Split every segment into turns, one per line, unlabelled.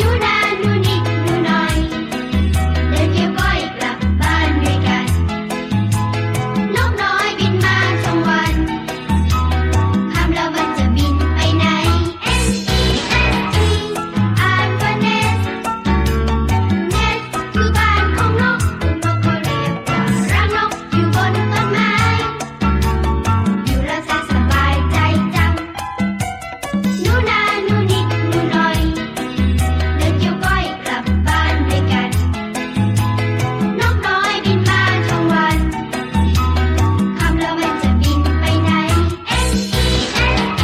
ดูนานดูนิดดูหน่อยเดินเที่ยวก้อยกลับบ้านด้วยกัน นกน้อยบินมาชมวันคำเรามันจะบินไปไหน N E S T อ่านว่า nest nest คือบ้านของนกนกเขาเรียกว่ารังนกอยู่บนต้นไม้ อยู่แล้วจะสบายใจจังดูนานดูนิดดูหน่อย เดินเที่ยวก้อยกลับบ้านด้วยกัน นกน้อยบินมาชมวันคำแล้วมันจะบินไปไหน N E S T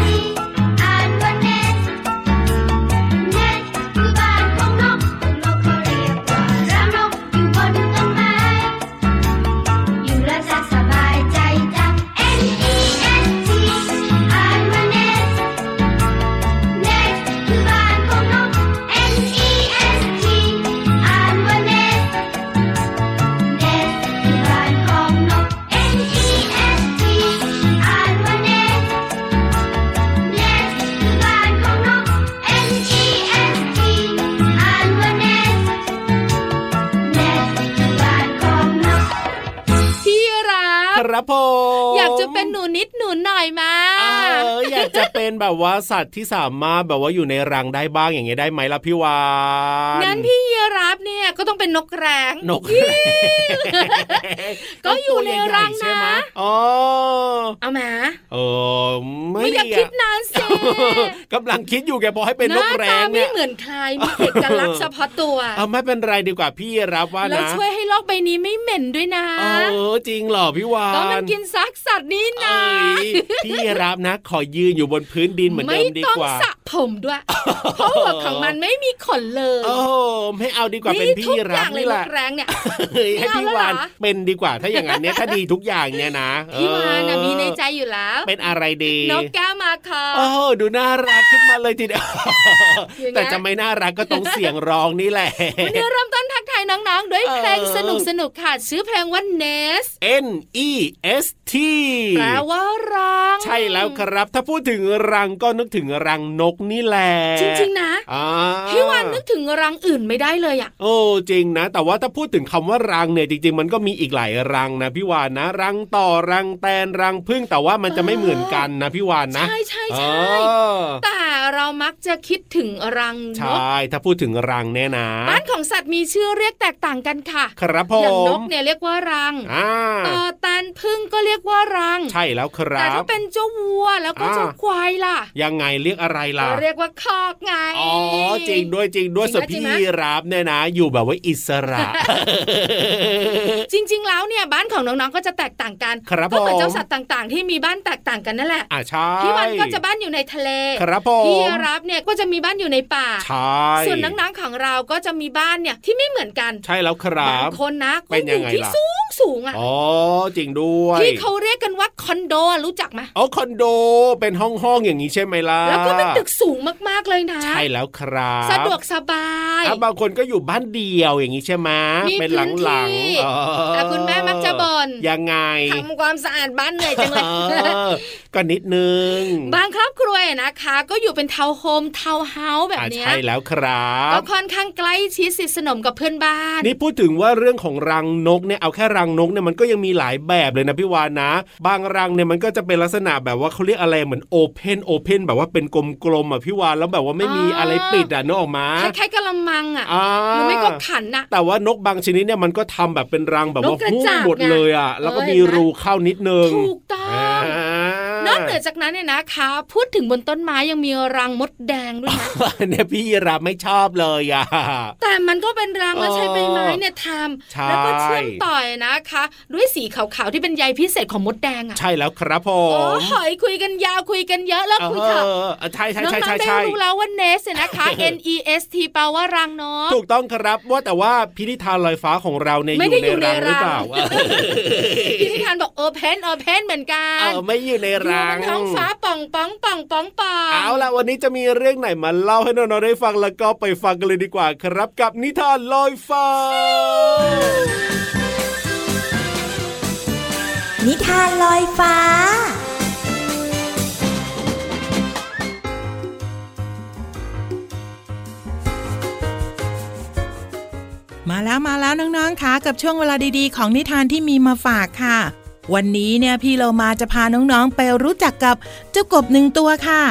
อ่านว่า nest nest คือบ้านของนกนกเขาเรียกว่ารังนกอยู่บนต้นไม้ อยู่แล้วจะสบายใจจัง N E S T อ่านว่า nest Nest คือบ้านของนก N E S T อ่านว่า Nest Nest คือบ้านของนก N E S T อ่านว่า Nest Nest คือบ้านของนก N E S T อ่านว่า Nest Nest คือบ้านของนก
พี่รั
ค
บ
รับผม
อยากจะเป็นหนูนิดหนูหน่อยมา
เอออยากจะเป็นแบบว่าสัตว์ที่สามารถแบบว่าอยู่ในรังได้บ้างอย่างเงี้ยได้ไหมล่ะพี่วา น
งั้นพี่ยีรับเนี่ยก็ต้องเป็นนกแร้ง
นกแร้ง
ก็อยู่ในรังนะ
ตัวใหญ่ๆใช่ไหมอ๋อ
เอามา
เออไม่
ไม่อยากคิดนานสิ
กำลังคิดอยู่แกบอกให้เป็นนกแร้ง
หาตาไม่
เนี่ย
เหมือนใครมีเอกลักษณ์เฉพาะตัว
เอาไม่เป็นไรดีกว่าพี่รับว่า
แล้ว
นะ
ช่วยให้โลกใบนี้ไม่เหม็นด้วยนะ
เออจริงเหรอพี่วาน
ก็มันกินซากสัตว์นี่นะ
เอ้ยพี่รับนะ ขอยืนอยู่บนพื้นดินเหมือน
ไม่
เดิมดี
ต้อง
กว่า
สระผมด้วยเพราะหัวของมันไม่มีขนเลย
โอ้โหไม่เอาดีกว่าเป็นพี่
ทุกอ
รับ
ย่างเลย
นี่แห
น
ละ
กแร้งเนี่ย
เฮ้ย ให้พี่
ไม่เอาแล้ว
วาน
เหรอ
เป็นดีกว่าถ้าอย่างนั้นเนี่ยถ้าดีทุกอย่างเนี่ยนะ
พี่วานน่ะ
เออ
มีในใจอยู่แล้ว
เป็นอะไรดี
นกแก้วมาคอ
โอ้โหดูน่ารักขึ้นมาเลยทีเดี ยว
ย่างเงี้ย
แต่จะไม่น่ารักก็ต้องเสียงร้องนี่แหละ
วันนี้เริ่มต้นทักทายน้องๆ ด้วย
เออ
เพลงสนุกสนุกๆค่ะ ชื่อเพลงว่า Nest
N E S T
แปลว่ารัง
ใช่แล้วครับ ถ้าพูดถึงรังก็นึกถึงรังนกนี่แหละ
จริงๆนะ
อ่า
พี่วันนึกถึงรังอื่นไม่ได้เลยอะ
โอ้จริงนะ แต่ว่าถ้าพูดถึงคำว่ารังเนี่ยจริง ๆ มันก็มีอีกหลายรังนะพี่วานนะ รังต่อรังแตนรังพึ่งแต่ว่ามันจะไม่เหมือนกันนะพี่วานนะ
ใช่ใช่
เอ
ใช่
อ
แต่เรามักจะคิดถึงรัง
ใช
นก่
ถ้าพูดถึงรังแน่นะ
บ้านของสัตว์มีชื่อเรียกแตกต่างกันค่ะ
ครับผ
อย่างน
ม
กเนี่ยเรียกว่ารัง
อ่า
ต่อแตนพึ่งก็เรียกว่ารัง
ใช่แล้วค
แต่
รั
ถ้า
บ
เป็นเจ้าวัวแล้วก็
อ่า
เจ้าควายล่ะ
ยังไงเรียกอะไรล่ะ
เรียกว่าคอกไง
อ๋อจริงด้วยจริงด้วย
จริงไหม
ส่วน
จ
พี่
ริงไหม
รับเนี่ยนะ อยู่แบบว่าอิสระ
จริง ๆ แล้วเนี่ยบ้านของน้องๆ ก็จะแตกต่างกัน
ครับ
ก็เหมือน
ผม
เจ้าสัตว์ต่างๆ ที่มีบ้านแตกต่างกันนั่นแหละ
อ่าใช่
พี่วันก็จะบ้านอยู่ในทะเล
ครับผม
พี่รับเนี่ยก็จะมีบ้านอยู่ในป่า
ใช่
ส่วนนังๆ ของเราก็จะมีบ้านเนี่ยที่ไม่เหมือนกัน
ใช่แล้วครั
บาง
บ
คนนะ
เป็น
ก็อ
ยัง
ยู่
ไง
ที่
ล่ะ
สูงสูงๆอ่ะ
อ๋อจริงด้วย
ที่เขาเรียกกันว่าคอนโดรู้จักไหม
อ๋อคอนโดเป็นห้องห้องๆอย่างนี้ใช่ไหมล่ะ
แล้วก็เป็นตึกสูงมากๆเลยนะ
ใช่แล้วครับ
สะดวกสบาย
อ่ะบางคนก็อยู่บ้านเดียวอย่างนี้ใช่ไหม
มี
เป็นหลัง
พื้นที่
หลัง
แต่คุณแม่มักจะบ่น
ยังไง
ทำความสะอาดบ้านเหนื่อยจังเลย
เออก็นิดนึง
บางครอบครัวเนี่ยนะคะ ก็อยู่เป็นทาวน์โฮมทาวน์เฮาส์แบบ
อ่ะ
เนี้ย
ใช่แล้วครับ
ก็ค่อนข้างใกล้ชิดสนิทสนมกับเพื่อนบ้าน
นี่พูดถึงว่าเรื่องของรังนกเนี่ยเอาแค่รังนกเนี่ยมันก็ยังมีหลายแบบเลยนะพี่วานนะ บางรังเนี่ยมันก็จะเป็นลักษณะแบบว่าเขาเรียกอะไรเหมือนโอเพนโอเพนแบบว่าเป็นกลมๆอ่ะพี่วานแล้วแบบว่าไม่มี
อ๋ออ
อะไรปิดอ่ะนึกออกมา
คล้ายๆกะละมังอ่ะ
อ่า
หรือไม่ก็ขันน่ะ
แต่ว่านกบางชนิดเนี่ยมันก็ทำแบบเป็นรังแบบ
น
ว่าก
กระ
หุ้ม
จาบ
หมด
ไง
เลยอ่ะแล้วก็
เออ
มี
เห็นไหม
รูเข้านิดนึง
ถูกต้อง
อ่าน
อกเหนือจากนั้นเนี่ยนะคะ พูดถึงบนต้นไม้ยังมีรังมดแดงด้วยนะ
เนี่ยพี่รับไม่ชอบเลยอ่ะ
แต่มันก็เป็นรังแล้วใช้ใบไม้เนี่ยท
ใช่
ำแล้วก็เชื่อมต่อยนะคะ ด้วยสีขาวๆที่เป็นใยพิเศษของมดแดงอ่ะ
ใช่แล้วครับผ
โอ้
ม
หอยคุยกันยาวคุยกันเยอะแล้วคุยเถอะ
เออใช่ใช่
น้อง
ใช่
ๆ
ใช่
ได้
ใช่
รู้แล้วว่าเนสเนี่ยนะคะ N E S T แปลว่ารังเนาะ
ถูกต้องครับว่าแต่ว่าพิธีทานลอยฟ้าของเราเนี่ย
ไม่ได้
อยู่ใน
อยู่ในรัง
รังหรือเปล่า
พี่นิทานบอกโอเพนโอเพนเหมือนกั
เอน อไม่อยู่ใน
อ
รัง
ดูบนท้องฟ้าป่องป่องป่องป่องป่อง
เอาล่ะวันนี้จะมีเรื่องไหนมาเล่าให้น้องๆได้ฟังแล้วก็ไปฟังกันเลยดีกว่าครับกับนิทานลอยฟ้า
นิทานลอยฟ้า
มาแล้วมาแล้วน้องๆคะกับช่วงเวลาดีๆ ของนิทานที่มีมาฝากค่ะ วันนี้เนี่ยพี่เรามาจะพาน้องๆไปรู้จักกับเจ้ากบหนึ่งตัวค่ะ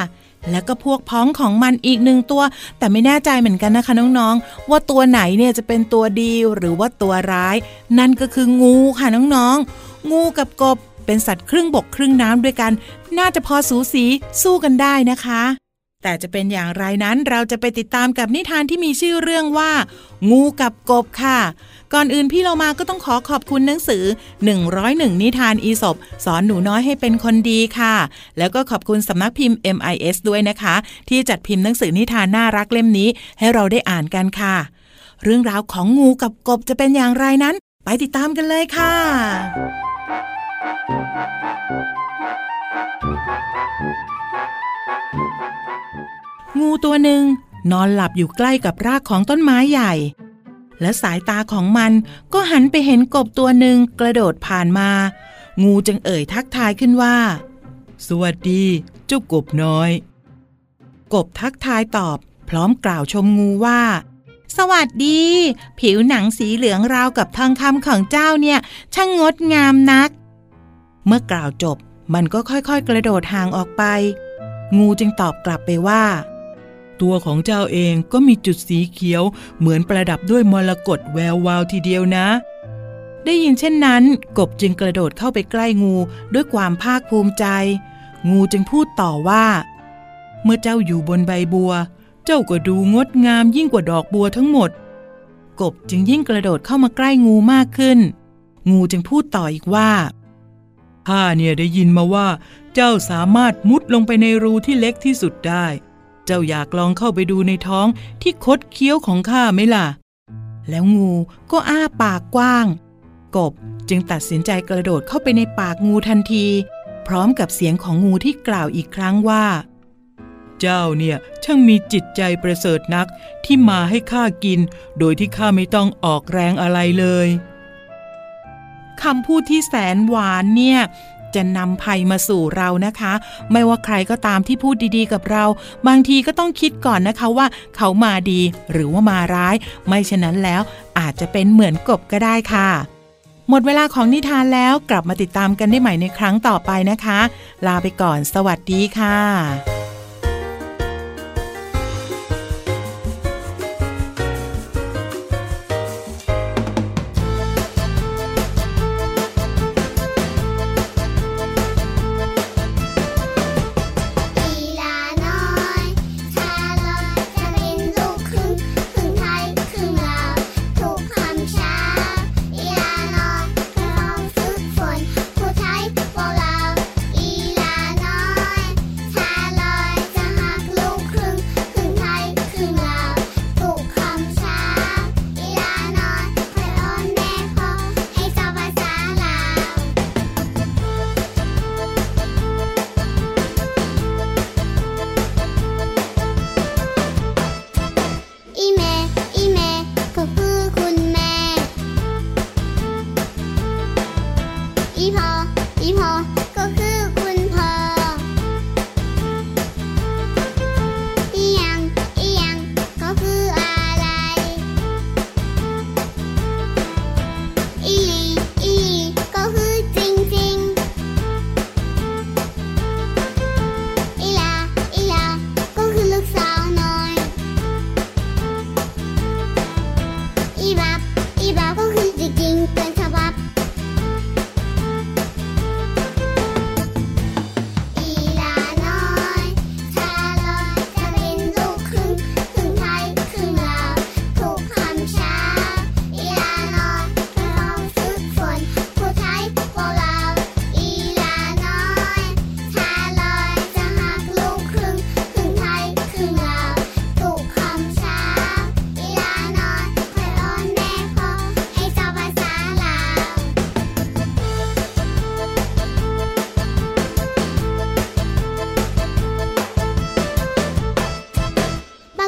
แล้วก็พวกพ้องของมันอีกหนึ่งตัว แต่ไม่แน่ใจเหมือนกันนะคะน้องๆว่าตัวไหนเนี่ยจะเป็นตัวดีหรือว่าตัวร้าย นั่นก็คืองูค่ะน้องๆงูกับกบเป็นสัตว์ครึ่งบกครึ่งน้ำด้วยกัน น่าจะพอสูสีสู้กันได้นะคะ แต่จะเป็นอย่างไรนั้นเราจะไปติดตามกับนิทานที่มีชื่อเรื่องว่า งูกับกบค่ะ ก่อนอื่นพี่เรามาก็ต้องขอขอบคุณหนังสือ 101 นิทานอีสบสอนหนูน้อยให้เป็นคนดีค่ะ แล้วก็ขอบคุณสำนักพิมพ์ MIS ด้วยนะคะ ที่จัดพิมพ์หนังสือนิทานน่ารักเล่มนี้ให้เราได้อ่านกันค่ะ เรื่องราวของงูกับกบจะเป็นอย่างไรนั้น ไปติดตามกันเลยค่ะ งูตัวหนึ่งนอนหลับอยู่ใกล้กับรากของต้นไม้ใหญ่ และสายตาของมันก็หันไปเห็นกบตัวหนึ่งกระโดดผ่านมา งูจึงเอ่ยทักทายขึ้นว่า สวัสดี เจ้ากบน้อย กบทักทายตอบ พร้อมกล่าวชมงูว่า สวัสดี ผิวหนังสีเหลืองราวกับทองคำของเจ้าเนี่ย ช่างงดงามนัก เมื่อกล่าวจบ มันก็ค่อยๆ กระโดดห่างออกไป งูจึงตอบกลับไปว่า ตัวของเจ้าเองก็มีจุดสีเขียว เหมือนประดับด้วยมรกตแวววาวทีเดียวนะ ได้ยินเช่นนั้น กบจึงกระโดดเข้าไปใกล้งูด้วยความภาคภูมิใจ งูจึงพูดต่อว่า เมื่อเจ้าอยู่บนใบบัว เจ้าก็ดูงดงามยิ่งกว่าดอกบัวทั้งหมด กบจึงยิ่งกระโดดเข้ามาใกล้งูมากขึ้น งูจึงพูดต่ออีกว่าข้าเนี่ยได้ยินมาว่า เจ้าสามารถมุดลงไปในรูที่เล็กที่สุดได้ เจ้าอยากลองเข้าไปดูในท้องที่คดเคี้ยวของข้าไหมล่ะ แล้วงูก็อ้าปากกว้าง กบจึงตัดสินใจกระโดดเข้าไปในปากงูทันที พร้อมกับเสียงของงูที่กล่าวอีกครั้งว่า เจ้าเนี่ยช่างมีจิตใจประเสริฐนักที่มาให้ข้ากิน โดยที่ข้าไม่ต้องออกแรงอะไรเลยคำพูดที่แสนหวานเนี่ย จะนำภัยมาสู่เรานะคะ ไม่ว่าใครก็ตามที่พูดดีๆกับเรา บางทีก็ต้องคิดก่อนนะคะว่าเขามาดีหรือว่ามาร้าย ไม่ฉะนั้นแล้วอาจจะเป็นเหมือนกบก็ได้ค่ะ หมดเวลาของนิทานแล้วกลับมาติดตามกันได้ใหม่ในครั้งต่อไปนะคะ ลาไปก่อนสวัสดีค่ะ
อีลาน้อยชาลอยจะเป็นลูกครึ่งครึ่งไทยครึ่งลาวทุกคำเช้าอีลาน้อยก็ต้องฝึกฝนผู้ไทยพวกเราอีลาน้อยชาล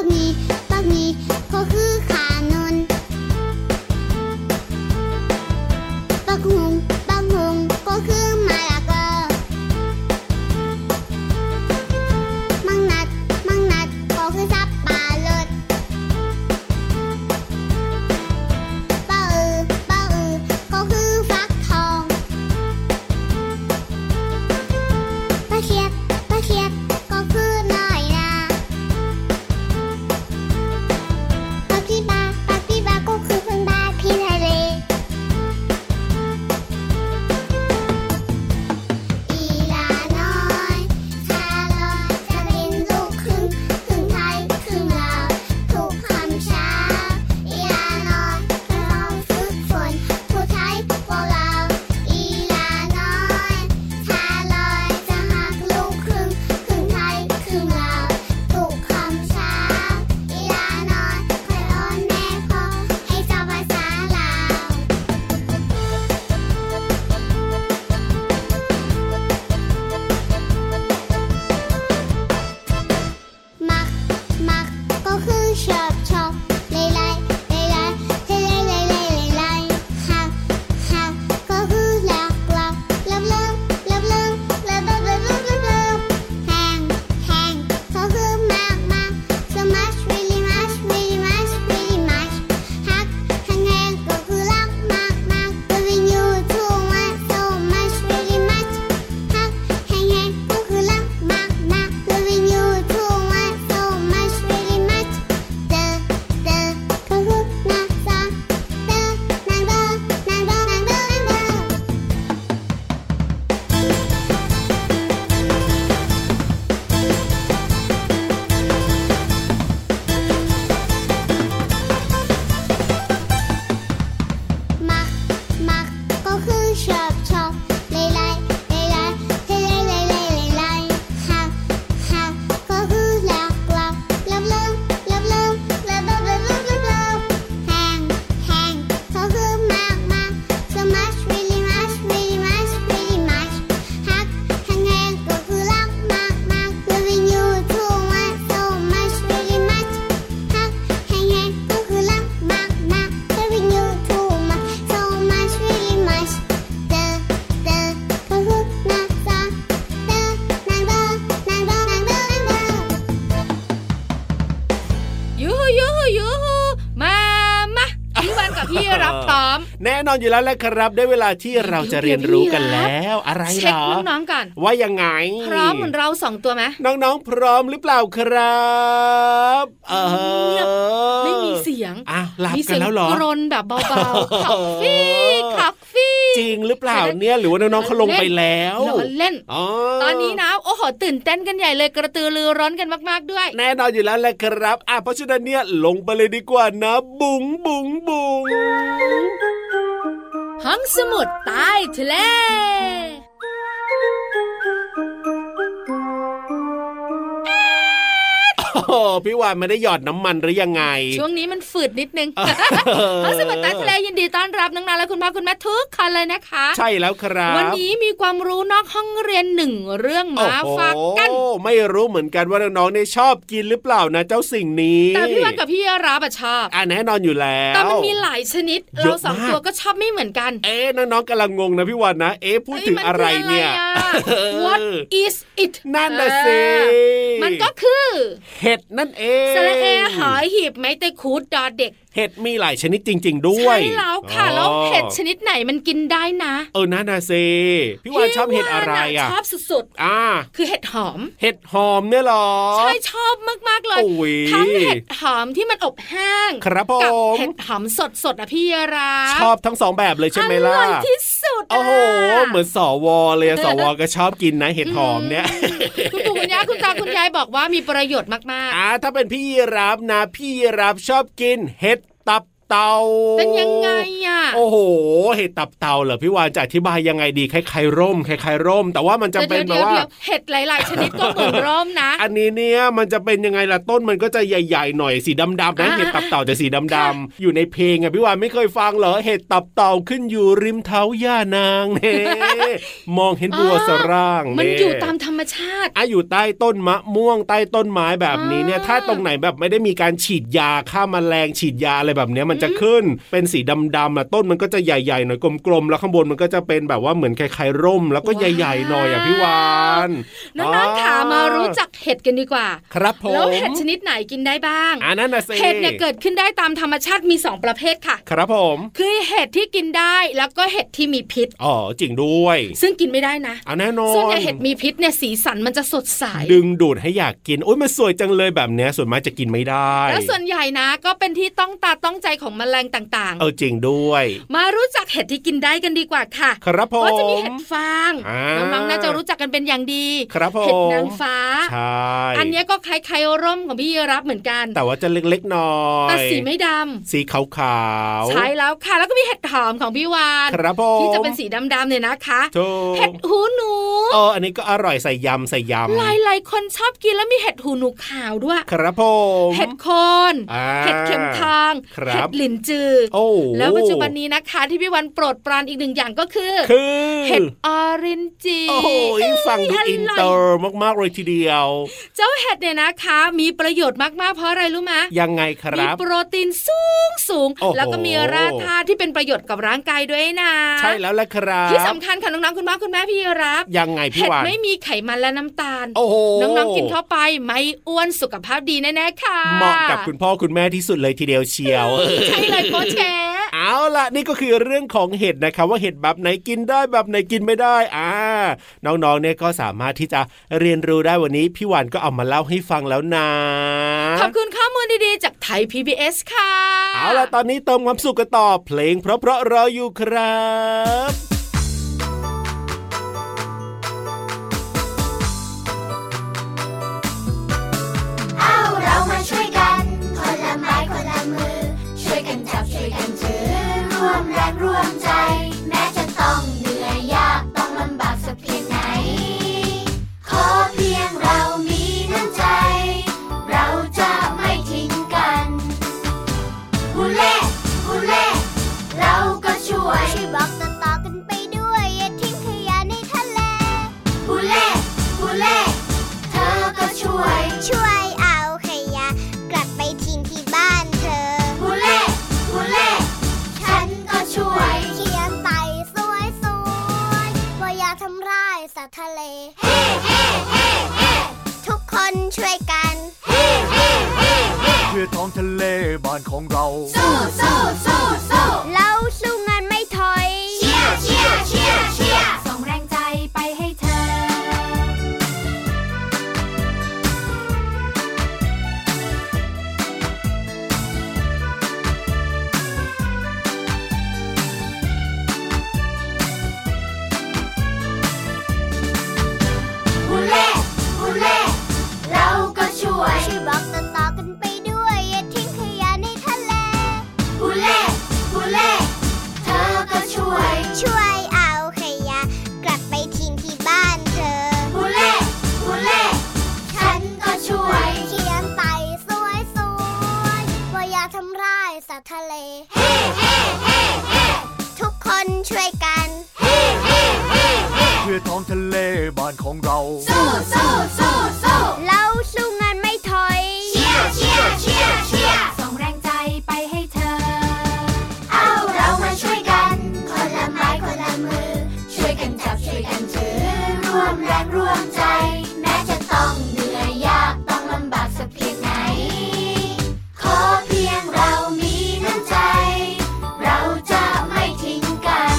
กนี้ปากนี้ก็คือขานนปากหงปากหงก็คือมาลากอมังนัดมังนัดก็คือสับปะรดปะอือปะอือก็คือฟักทอง ปลาเคียดปลาเคียดก็คือน้อยนาปลาปีบาปลาปีบาก็คือเพื่อนบ้านพี่ทะเล อีลาน้อยชาลอยจะเป็นลูกครึ่งครึ่งไทยครึ่งลาวทุกคำเช้า อีลาน้อยก็ต้องฝึกฝนผู้ไทยพวกเรา อีลาน้อยชาลอยจะหักลูกครึ่งครึ่งไทยครึ่งลาวทุกคำเช้า อีลาน้อยคอยอ้อนแม่พ่อให้จำภาษาลาว มัก มัก ก็คือชอบชอบไล่ไล่ไล่ไล่ไล่ไล่ไล่ไล่ไล่หักหักก็คือหลักหลักเริ่มเริ่มเริ่มเริ่มเริ่มเริ่มเริ่มเริ่มเริ่มเริ่มแหงแหงก็คือมากมาก so much really much really much really much หักแหงแหงก็คือรักมากมาก loving you too much so much really much ฮักแห้งแห้งก็คือรักมากมาก loving you too much so much really much เดอเดอก็คือนาซาเดอนางเดอนางเดอนางเดอนางเดอ มัก มัก ก็คือชอบชอบไล่ไล่ไล่ไล่ไล่ไล่ไล่ไล่ไล่หักหักก็คือหลักหลักเริ่มเริ่มเริ่มเริ่มเริ่มเริ่มเริ่มเริ่มเริ่มเริ่มแหงแหงก็คือมากมาก so much really much really much really much หักแหงแหงก็คือรักมากมาก loving you too much so much really much ฮักแห้งแห้งก็คือรักมากมาก loving you too much so much really much เดอเดอก็คือนาซาเดอนางเดอนางเดอนางเดอนางเดอ
ยูฮูยูฮูยูฮูมามาพี่วันกับพี่รับพร้อม
แน่นอนอยู่แล้วแหละครับ ได้เวลาที่เราจะเรียนรู้กันแล้ว อะไรเห
เช็
ร
ค
อ
น้องๆก่อน
ว่ายังไง
พร้อมเหมือนเราสองตัวไหม
น้องๆ พร้อมหรือเปล่าครับเอ
เงียบ
อ
ไม่มีเสียง
อ่ะหลับ
มี
กั
เสี
น
ง
แล้วเหรอ
กรนแบบเบาๆขับฟี่ขับฟี่
จริงหรือเปล่าเนี่ยหรือว่าน้องๆเขาลงไปแล้ว
ล้อเล่น
อ๋อ
ตอนนี้นะโอ้โหตื่นเต้นกันใหญ่เลยกระตือรือร้อนกันมาก ๆด้วย
แน่นอนอยู่แล้วแหละครับอ่ะเพราะฉะนั้นเนี่ยลงไปเลยดีกว่านะ บุ๋งบุ๋งบุ๋ง
ห้องสมุดใต้ทะเล
โอ้โหพี่วานไม่ได้หยอดน้ำมันหรือยังไง
ช่วงนี้มันฝืดนิดนึง
เออ
ห้องสมุดใต้ทะเลยินดีต้อนรับน้องๆและคุณพ่อคุณแม่ทุกคนเลยนะคะ
ใช่แล้วครับ
วันนี้มีความรู้นอกห้องเรียนหนึ่งเรื่องมา
โอ้โห
ฝากกัน
ไม่รู้เหมือนกันว่าน้องๆเนี่ยชอบกินหรือเปล่านะ เจ้าสิ่งนี้
แต่พี่วันกับพี่รับอะชอบ
อ่ะแน่นอนอยู่แล้ว
แต่มันมีหลายชนิด
เย
เรา
อะมาก
สองตัวก็ชอบไม่เหมือนกัน
เอ๊ะน้องๆกำลังงงนะพี่วันนะ เอ๊ะพูดถึง
ฮ้ยมั
อะไร
คื
เนี่ย
อะ What is it
นั่นน่ะสิ
เออมันก็คือ
เห็ดนั่นเอง
สระเอหอยหีบไม้ตะคูดดอเด็ก
เห็ดมีหลายชนิดจริง ๆ ด้วย
ใช่แล้วค่ะแล้วเห็ดชนิดไหนมันกินได้นะ
เออนั่นน่ะสิพี่วานชอบเห็ดอะไรอ่ะ
ชอบสุด
อ่า
ๆ คือเห็ดหอม
เห็ดหอมเนี่ยเหรอ
ใช่ชอบมากๆเลย
โอ้ย
ทั้งเห็ดหอมที่มันอบแห้ง
ครับผ
กั
ม
เห็ดหอมสดๆอ่ะพี่รา
ชอบทั้งสองแบบเลยใช่ไหมล่ะ
อร่อยที่สุดะ
โอ้โห เหมือนสวเลยอะสวก็ชอบกินนะ เห็ดหอมเนี่ย
คุณปู่คุณย่าคุณตาคุณยายบอกว่ามีประโยชน์มาก
อ่าถ้าเป็นพี่ยีรับนะ พี่ยีรับชอบกินเห็ดตับ เต่า
เป็นยังไงอ่ะ
โอ้โห เห็ดตับเต่าเหรอพี่วานจะอธิบายยังไงดีคล้ายๆร่มคล้ายๆร่ม แต่ว่ามันจะเป็นแบ
ดี๋
บ
ย
ว่า
ดี๋ยดี๋ยเห็ดหลาย ๆ ชนิดก็เหมือนร่มนะ
อันนี้เนี่ยมันจะเป็นยังไงล่ะต้นมันก็จะใหญ่ๆหน่อยสีดำๆนะ
อ่า
เห็ดตับเต่าจะสีด
ค่ะ
ำๆอยู่ในเพลงอ่ะพี่วานไม่เคยฟังเหรอเห็ดตับเต่าขึ้นอยู่ริมเท้าย่านาง เน่มองเห็นบัวสร่าง
มัน
เ
อยู่ตามธรรมชาติ
อ่ะอยู่ใต้ต้นมะม่วงใต้ต้นไม้แบบนี้เนี่ย
อ่า
ถ้าตรงไหนแบบไม่ได้มีการฉีดยาฆ่าแมลงฉีดยาอะไรแบบเนี้ยมันจะขึ้นเป็นสีดำๆอ่ะต้นมันก็จะใหญ่ๆหน่อยกลมๆแล้วข้างบนมันก็จะเป็นแบบว่าเหมือนคล้ายๆร่ม แล้วก็
ว้าว
ใหญ่ๆหน่อยอ่ะพี่วาน
น้องๆขามารู้จักเห็ดกันดีกว่า
ครับผม
แล้วเห็ดชนิดไหนกินได้บ้าง
อ่านั่นนะสิ
เห็ดเนี่ยเกิดขึ้นได้ตามธรรมชาติมี 2 ประเภทค่ะ
ครับผม
คือเห็ดที่กินได้แล้วก็เห็ดที่มีพิษ
อ๋อจริงด้วย
ซึ่งกินไม่ได้นะ
เอาแน่นอน
ส่วนใหญ่เห็ดมีพิษเนี่ยสีสันมันจะสดใส
ดึงดูดให้อยากกินโอ้ยมันสวยจังเลยแบบเนี้ยส่วนมากจะกินไม่ได้
แล้วส่วนใหญ่นะก็เป็นที่ต้องตาต้องใจของแมลงต่าง
เออจริงด้วย
ๆ มารู้จักเห็ดที่กินได้กันดีกว่าค่ะ
ครับผม
ก็จะมีเห็ดฟาง
อ่า
น้องๆน่าจะรู้จักกันเป็นอย่างดี
ครับผม
เห็ดนางฟ้า
ใช่
อั
น
นเนี้ยก็คล้ายๆร่มของพี่รับเหมือนกัน
แต่ว่าจะเล็กๆหน่อย
แต่สีไม่ด
สีขาวๆ
ำใช่แล้วค่ะ แล้วก็มีเห็ดหอมของพี่วาน
ครับผม
ที่จะเป็นสีดำๆเนี่ยนะคะ
ถูก
เห็ดหูหนู
เอออันนี้ก็อร่อยใส่ยำใส่ย
หลายๆคนชอบกินแล้วมีเห็ดหูหนูขาวด้วย
ำครับผม
เห็ดโคน
อ่า
เห็ดเข็มทอง
ครับ
เห็ดหลินจือ
โอ้
แล้วปัจจุบันนี้นะคะที่พี่วันโปรดปรานอีกหนึ่งอย่างก็คือ
คือ
เห็ดออรินจี
โอ้โหฟังดู
ย
อินเตอ
ร่ย
ร์มากๆเลยทีเดียว
เจ้าเห็ดเนี่ยนะคะ มีประโยชน์มากๆเพราะอะไรรู้ไหม
ยังไงค
มี
รับ
โปรตีนสูงสูง
โอ้โห
แล้วก็มีแร่ธาตุที่เป็นประโยชน์กับร่างกายด้วยนะ
ใช่แล้วละครับ
ที่สำคัญค่ะน้องๆคุณพ่อคุณแม่พี่รับ
ยังไงพี่
เห็ด
วาน
ไม่มีไขมันและน้ำตาล
โอ้โห
น้องๆกินเข้าไปไม่อ้วนสุขภาพดีแน่ๆค่ะ
เหมาะกับคุณพ่อคุณแม่ที่สุดเลยทีเดียวเชียว
ใช่เลยโคชแช
เอาล่ะ นี่ก็คือเรื่องของเห็ดนะครับว่าเห็ดแบบไหนกินได้แบบไหนกินไม่ได้อ่าน้องๆเนี่ยก็สามารถที่จะเรียนรู้ได้วันนี้พี่หวานก็เอามาเล่าให้ฟังแล้วนะ
ขอบคุณข้อมูลดีๆ จากไทย PBS ค่ะ
เอาล่ะตอนนี้เติมความสุขกันต่อเพลง เพราะๆรออยู่ครับ
เอาเรามาช่วยกัน คนละไม้คนละมือ ช่วยกันจับช่วยกันถือ ร่วมแรงร่วมใจ แม้จะต้องเหนื่อยยากต้องลำบากสักเพียงไหน ขอเพียงเรามีน้ำใจ เราจะไม่ทิ้งกันฮูเล่ฮูเล่เราก็ช่วยช่วยบอกต่อๆกันไปด้วยอย่าทิ้งขยะในทะเลฮูเล่ฮูเล่ เธอก็ช่วย ช่วยเอาขยะกลับไปทิ้งที่บ้านเธอฮูเล่ฮูเล่ฉันก็ช่วย เขียนไปสวยสวยว่าอย่าทำร้ายสัตว์ทะเล เฮ้เฮ้เฮ้เฮ้ทุกคนช่วยกัน เฮ้เฮ้เฮ้เฮ้
เพื่อท้องทะเลบ้านของเรา
สู้สู้สู้สู้เราสู้งานไม่ถอย เชียร์เชียร์เชียร์เชียร์ส่งแรงใจไปให้เธอ ฮูเล่ฮูเล่เราก็ช่วย ช่วยบอกต่อๆกันไปด้วย อย่าทิ้งขยะในทะเลฮูเล่ฮูเล่เธอก็ช่วย ช่วยเอาขยะกลับไปทิ้งที่บ้านเธอฮูเล่ฮูเล่ฉันก็ช่วย เขียนไปสวยสวยว่าอย่าทำร้ายสัตว์ทะเล เฮ้เฮ้เฮ้เฮ้ทุกคนช่วยกัน เฮ้เฮ้เฮ้เฮ้
เพื่อท้องทะเลบ้านของเรา
สู้สู้สู้สู้เราสู้งานไม่ถอย เชียร์เชียร์เชียร์เชียร์ส่งแรงใจไปให้เธอ เอาเรามาช่วยกัน คนละไม้คนละมือ ช่วยกันจับช่วยกันถือ ร่วมแรงร่วมใจ แม้จะต้องเหนื่อยยากต้องลำบากสักเพียงไหน ขอเพียงเรามีน้ำใจ เราจะไม่ทิ้งกัน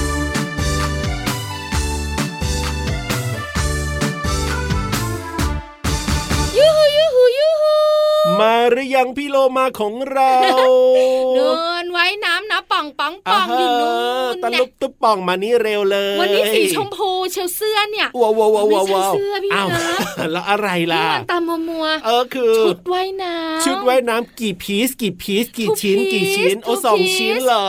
ยูฮู
หรือยังพี่โลมาของเรา
เดินไว้น้ำนะป่องป่องป่องอยู่นู่น
ตะ
เนี่
ลุ
ย
บตุ๊บป่องมานี่เร็วเลย
วันนี้สีชมพูเชลเสื้อเนี่ย
ว้าวว้าวว้าว
ไม่
ว้า
ใช่
ว
เสื้อพี่
อ้าว
นะ
แล้วอะไรล่ะ
พี่วันตามัวมัว
เออคือ
ชุดว่ายน้ำ
ชุดว่ายน้ำกี่พีซกี่พีซกี่
ทุก
ชิ้น
piece
กี่ชิ้น
ทุ
โอ้
ก
สอง
piece
ชิ้นเหรอ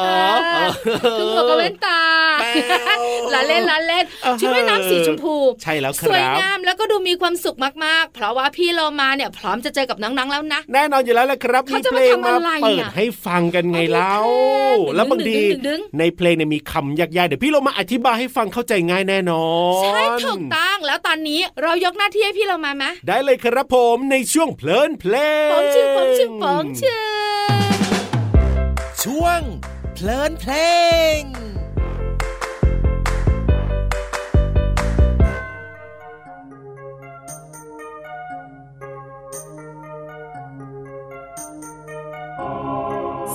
ค่ะ
เออ
คือหัวกับแว่นตา
แป๊ว
ละเล่นละเล่น
อ่าฮะ
ชุดว่ายน้ำสีชมพู
ใช่แล้วค
สวย
รับ
งามแล้วก็ดูมีความสุขมากๆ เพราะว่าพี่เรามาเนี่ยพร้อมจะเจอกับน้องๆแล้วนะ
แน่นอนอยู่แล้วแหละครับ
เขาจะ
เพลง
มาทำ
มา
อะไร
เปิด
อ่ะ
ให้ฟังกันไง
เอามี
เล่า
เพลง
แล้วบาง
ดึ
ที
งๆดึงๆ
ในเพลงเนี่ยมีคำยากๆ เดี๋ยวพี่เรามาอธิบายให้ฟังเข้าใจง่ายแน่นอน
ใช่ถูกต้องแล้วตอนนี้เรายกหน้าที่ให้พี่เรามาไหม
ได้เลยครับผมในช่วงเพลินเพลง
ปองชื่อปองชื่อปองชื่อ
ช่วง เพลินเพลง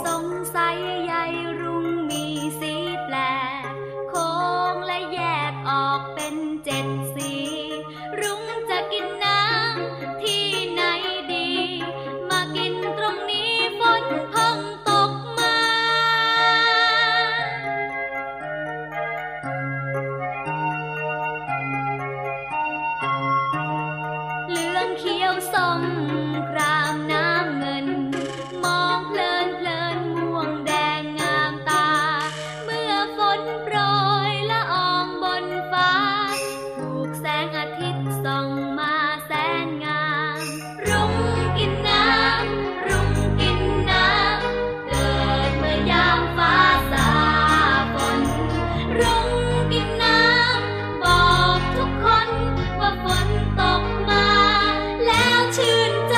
สงสัยใยรุ่งมีสีแปลกโค้งและแยกออกเป็นเจ็ดสี รุ่งจะกินน้ำที่ไหนดี มากินตรงนี้ฝนเพิ่งตกมา เหลืองเขียวส้มครามน้ำเงิน มองเพลินเพลินม่วงแดงงามตา เมื่อฝนโปรยละอองบนฟ้า ถูกแสงอาทิตย์ส่องมาแสนงาม รุ่งกินน้ำ รุ่งกินน้ำ เกิดเมื่อยามฟ้าสาฝน รุ่งกินน้ำ บอกทุกคนว่าฝนตกมา แล้วชื่นใจ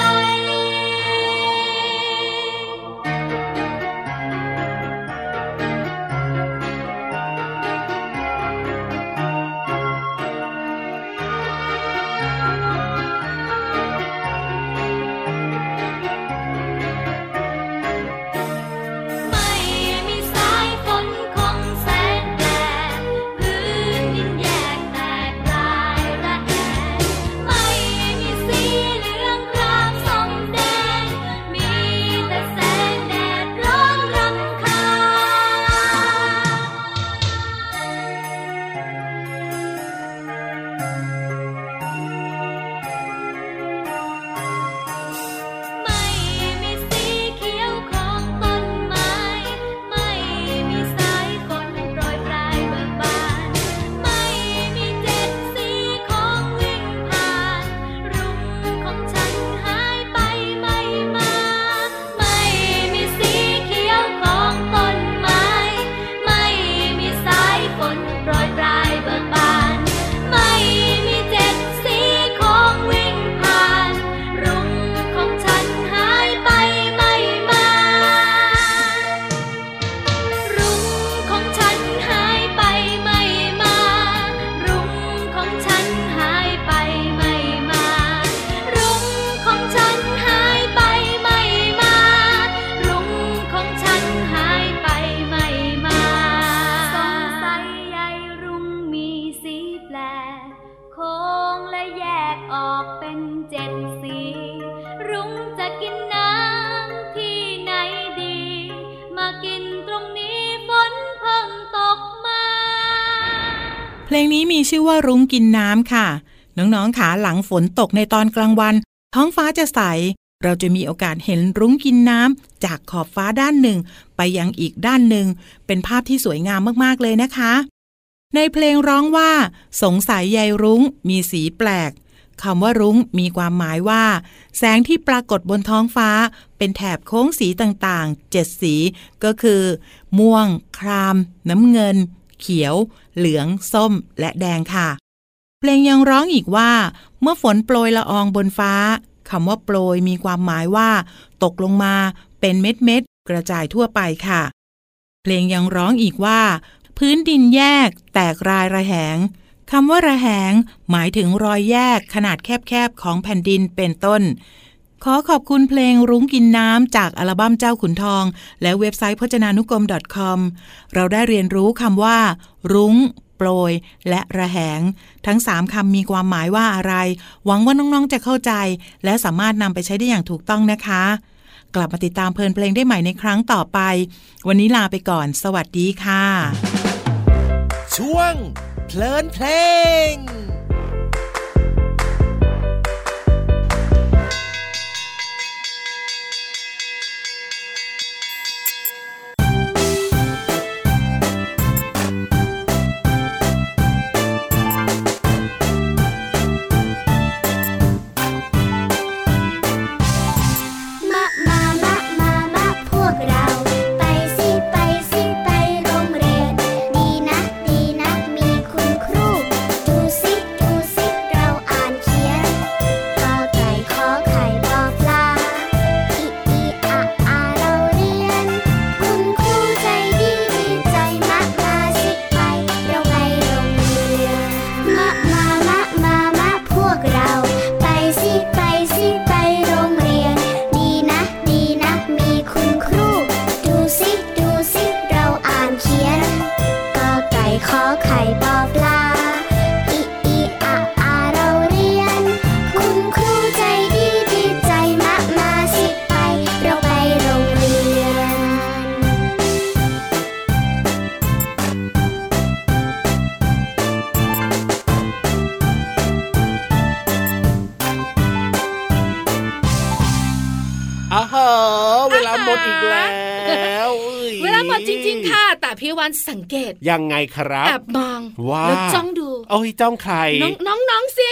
ไม่มีสายฝนคงแสนแปลกพื้นดินแยกแตกลายระแหงไม่มีสีเหลืองครามส้มแดง มีแต่แสงแดดร้อนรำคาญ ไม่มีสีเขียวของต้นไม้ ไม่มีสายฝนโปรยปลายเบิกบาน ไม่มีเจ็ดสีของวิ่งผ่าน รุ่งของฉันหายไปไม่มา ไม่มีสีเขียวของต้นไม้ ไม่มีสายฝนโปรยปลายเบิกบาน ไม่มีเจ็ดสีของวิ่งผ่าน รุ่งของฉันหายไปไม่มา รุ่งของฉันหายไปไม่มา รุ่งของฉันหายไปไม่มา รุ่งของฉันหายไปไม่มา รุ่งของฉันหายไปไม่มาสงสัยใยรุ่งมีสีแปลก โค้งและแยกออกเป็นเจ็ดสี รุ้งจะกินน้ำที่ไหนดี มากินตรงนี้ฝนเพิ่งตกมา
เพลงนี้มีชื่อว่ารุ้งกินน้ำค่ะ น้องๆขาหลังฝนตกในตอนกลางวัน ท้องฟ้าจะใส เราจะมีโอกาสเห็นรุ้งกินน้ำจากขอบฟ้าด้านหนึ่ง ไปยังอีกด้านหนึ่ง เป็นภาพที่สวยงามมากๆเลยนะคะ ในเพลงร้องว่า สงสัยใยรุ้ง มีสีแปลกคำว่ารุ้งมีความหมายว่า แสงที่ปรากฏบนท้องฟ้า เป็นแถบโค้งสีต่างๆ เจ็ดสี ก็คือ ม่วง คราม น้ำเงิน เขียว เหลือง ส้ม และแดงค่ะ เพลงยังร้องอีกว่า เมื่อฝนโปรยละอองบนฟ้าคำว่าโปรยมีความหมายว่า ตกลงมาเป็นเม็ดเม็ดๆกระจายทั่วไปค่ะ เพลงยังร้องอีกว่า พื้นดินแยก แตกรายระแหงคำว่าระแหง หมายถึงรอยแยกขนาดแคบๆของแผ่นดินเป็นต้น ขอขอบคุณเพลงรุ้งกินน้ำจากอัลบั้มเจ้าขุนทอง และเว็บไซต์พจนานุกรม .com เราได้เรียนรู้คำว่า รุ้ง โปรย และระแหง ทั้ง 3คำมีความหมายว่าอะไร หวังว่าน้องๆจะเข้าใจ และสามารถนำไปใช้ได้อย่างถูกต้องนะคะ กลับมาติดตามเพลินเพลงได้ใหม่ในครั้งต่อไป วันนี้ลาไปก่อน สวัสดีค่ะ
ช่วง เพลินเพลง
มะมามะมามะพวกเรา ไปสิไปสิไปโรงเรียน ดีนะดีนะมีคุณครู ดูสิดูสิเราอ่านเขียนกอไก่ขอไข่ปอปลาอีอีอะอาเราเรียน คุณครูใจดีดีใจมะมาสิไปเราไปโรงเรียนมะมามะมามะพวกเรา ไปสิไปสิไปโรงเรียน ดีนะดีนะมีคุณครู ดูสิดูสิเราอ่านเขียนกอไก่ขอไข่ปอปลาอีอีอะอาเราเรียน คุณครูใจดีดีใจมะมาสิไปเราไปโรงเรียน
อ้าวเหรอเวลาหมดอีกแล้วอ้ย
เวลาหมดจริง ๆ ค่ะ แต่พี่วันสังเกต
ยังไงครั
แอ
บบ
มอง
ว่า
แล้วจ้องดู
โอ้ยจ้องใคร
น้องน้องน้องสิ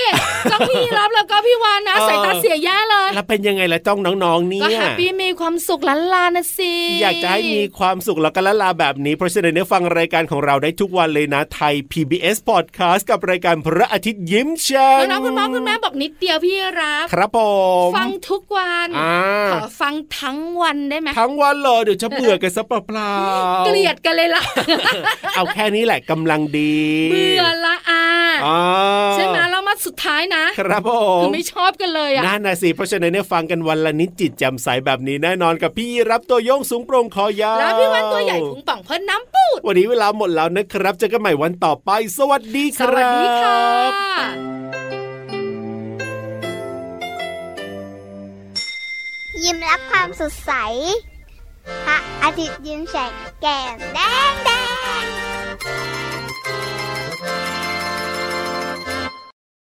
จ้องพี่รับแล้วก็พี่วานนะ
เออ
สายตาเสียแย่เลย
แล้วเป็นยังไงล่ะจ้องน้องๆเนี่
ก็
ย
แฮปปี้มีความสุขล้านลานะสิ
อยากจะให้มีความสุขแล้วก็ละลาแบบนี้ เพราะฉะนั้นเนี่ยฟังรายการของเราได้ทุกวันเลยนะไทย PBS Podcast กับรายการพระอาทิตย์ยิ้มแฉ่ง
น้องๆคุณพ่อคุณแม่บอกนิดเดียวพี่รับ
ครับผม
ฟังทุกวัน
อ่า
ขอฟังทั้งวันได้ไหม
ทั้งวันเลยเดี๋ยวจะเบื่อกันซะเปล่าๆ
เกลียดกันเลย ล่ะ
เอาแค่นี้แหละกำลังดี
เบื่อละอา
อ่า
ใช่ไหมแล้วมาสุดท้ายนะครับ
ผม
คือไม่ชอบกันเลยอ่ะ
นั่นนะสิเพราะฉะนั้นเนี่ยฟังกันวันละนิดจิตแจ่มใสแบบนี้แน่นอนกับพี่รับตัวโยงสูงโปร่งคอยาว
แล้วพี่วันตัวใหญ่พุงป่องเพิ่นน้ำปูด
วันนี้เวลาหมดแล้วนะครับเจอกันใหม่วันต่อไป สวัสดี
ส
ค
วั
รับ
สดีค่ะ
ยิ้มรับความสดใส พระอาทิตย์ยิ้มแฉกแก้มแดงแด